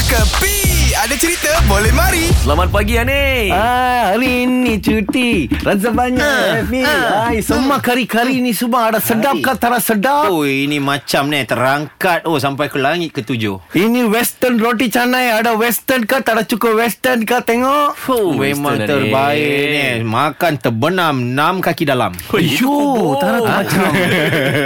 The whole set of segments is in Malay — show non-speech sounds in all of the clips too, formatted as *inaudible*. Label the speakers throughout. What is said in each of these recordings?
Speaker 1: Kepi Ada cerita boleh mari
Speaker 2: Selamat pagi Ani.
Speaker 3: Ah, hari ini cuti. Rasa
Speaker 4: Ah,
Speaker 3: banyak. Happy. Hai, semua kari-kari ni semua ada sedap ke tak ada sedap.
Speaker 4: Oh ini macam ni Terangkat Oh sampai ke langit ketujuh
Speaker 3: Ini western roti canai ada western ke tak ada cukup western ke tengok.
Speaker 2: Fuh,
Speaker 4: Memang
Speaker 2: Mr.
Speaker 4: terbaik
Speaker 2: Anik.
Speaker 4: ni Makan terbenam Enam kaki dalam
Speaker 2: itu
Speaker 3: Yo,
Speaker 2: kebun.
Speaker 3: tak ada
Speaker 2: *laughs*
Speaker 3: macam.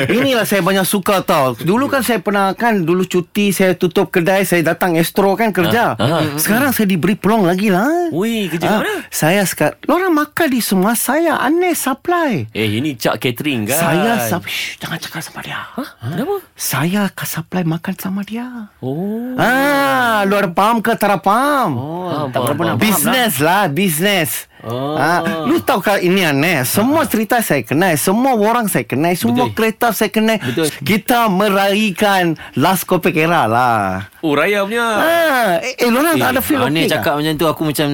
Speaker 3: Inilah saya banyak suka tau. Dulu kan saya pernah kan dulu cuti saya tutup kedai, saya datang Astro kan kerja.
Speaker 2: Ah, Oh, ah.
Speaker 3: Sekarang saya diberi peluang lagi lah.
Speaker 2: Ui, kerja
Speaker 3: Ah,
Speaker 2: mana?
Speaker 3: Saya sekarang Lorang makan di semua Saya aneh supply
Speaker 2: Eh, ini Cak Catering kan? Ha?
Speaker 3: Saya sub- Shh, Jangan cakap sama dia
Speaker 2: Hah? Kenapa?
Speaker 3: Saya akan supply makan sama dia
Speaker 2: Oh.
Speaker 3: Ah, lu ada faham ke tak ada faham?
Speaker 2: faham, Oh, tak faham, berapa nak faham
Speaker 3: Business lah, business.
Speaker 2: Oh.
Speaker 3: Ah, lu tahu kan ini aneh. Semua cerita saya kenal, semua orang saya kenal, semua
Speaker 2: Betul.
Speaker 3: kereta saya kenal.
Speaker 2: Betul.
Speaker 3: Kita meraihkan last Kopek era lah.
Speaker 2: Oh, Raya punya.
Speaker 3: Ah, eh, eh lu orang tak ada feel
Speaker 4: Anik
Speaker 3: okay
Speaker 4: cakap macam tu Aku macam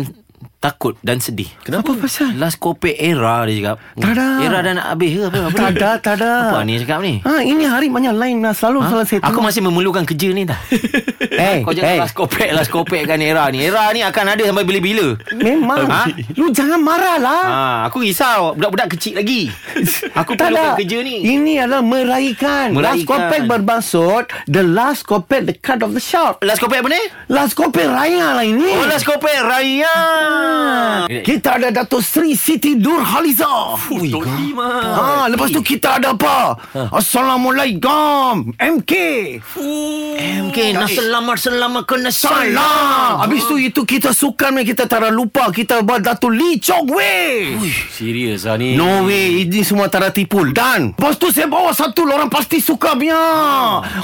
Speaker 4: Takut dan sedih
Speaker 3: Kenapa? Apa pasal?
Speaker 4: Last kopek era dia cakap
Speaker 3: Tak ada.
Speaker 4: Era dah nak habis ke apa, Lah, apa
Speaker 3: Tak
Speaker 4: ni?
Speaker 3: ada, tak ada.
Speaker 4: Apa Anik cakap ni
Speaker 3: Ah, ini hari banyak lain lah. Selalu ha? salah saya
Speaker 4: Eh. Aku masih memerlukan kerja ni dah
Speaker 3: *laughs* Eh,
Speaker 4: Kau jangan
Speaker 3: eh.
Speaker 4: last kopek Last kopek kan era ni Era ni akan ada sampai bila-bila
Speaker 3: Memang
Speaker 4: Ha?
Speaker 3: Lu jangan marah lah
Speaker 4: Ha, aku risau budak-budak kecil lagi. Aku
Speaker 3: Tak
Speaker 4: perlukan
Speaker 3: ada.
Speaker 4: kerja ni.
Speaker 3: Ini adalah meraihkan. Last
Speaker 4: Meraihkan.
Speaker 3: compact bermaksud the last compact the cut of the shop.
Speaker 4: Last kopek apa ni?
Speaker 3: Last compact raya lah ini.
Speaker 4: Oh, last kopek Raya.
Speaker 3: Ah.
Speaker 4: Eh.
Speaker 3: Kita ada Dato' Sri Siti Nurhaliza. Fui.
Speaker 2: Tok Lima.
Speaker 3: Ha, lepas tu kita ada apa?
Speaker 4: Ha.
Speaker 3: Assalamualaikum. MK.
Speaker 4: MK selamat selamat kena
Speaker 3: Salam. Habis tu itu kita sukan ni, kita tak ada lupa. Kita buat Dato' Lee Chok Wei.
Speaker 2: Serius lah ni.
Speaker 3: No way Ini semua tak ada tipu Dan Lepas tu saya bawa satu Orang pasti suka punya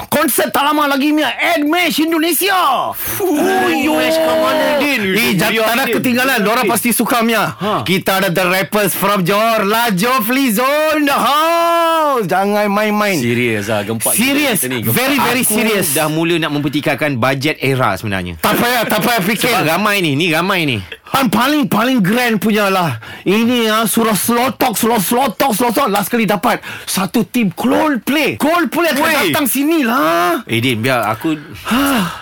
Speaker 3: Konsert tak lama lagi punya Ed Mesh Indonesia Fuh
Speaker 4: Mesh ke mana, Din?
Speaker 3: Eh jangan tak ada
Speaker 4: Din.
Speaker 3: ketinggalan Orang pasti suka punya
Speaker 4: Ha.
Speaker 3: Kita ada the rappers from Johor La Jofli Zone The house Jangan main-main
Speaker 2: Serius lah gempak kita
Speaker 3: Serious
Speaker 2: kita ni. Gempak.
Speaker 3: Very very serious
Speaker 4: Dah mula nak mempertikaikan bajet era sebenarnya.
Speaker 3: Tak payah Tak payah fikir
Speaker 4: Sebab ramai ni, ni ramai ni.
Speaker 3: Han paling paling grand punya lah. Ini ah surah slotok surah slotok slotok last kali dapat satu tim Coldplay. Coldplay akan
Speaker 4: Weh.
Speaker 3: datang Ha. sini lah.
Speaker 4: Eh Din, biar aku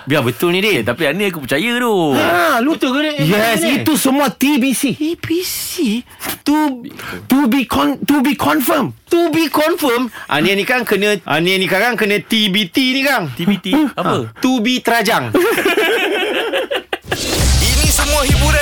Speaker 4: biar betul ni Din.
Speaker 2: Eh, Tapi Ani aku percaya tu.
Speaker 3: Ha, lu tu
Speaker 4: ke ni?
Speaker 3: Yes,
Speaker 4: Ni?
Speaker 3: itu semua TBC.
Speaker 4: EPC
Speaker 3: To to be con, to be confirm.
Speaker 4: to be confirm. Ania ni kan kena Ania ni kan kena TBT ni kan.
Speaker 2: TBT
Speaker 3: Ah.
Speaker 2: apa?
Speaker 4: To be terajang.
Speaker 1: Ini semua hiburan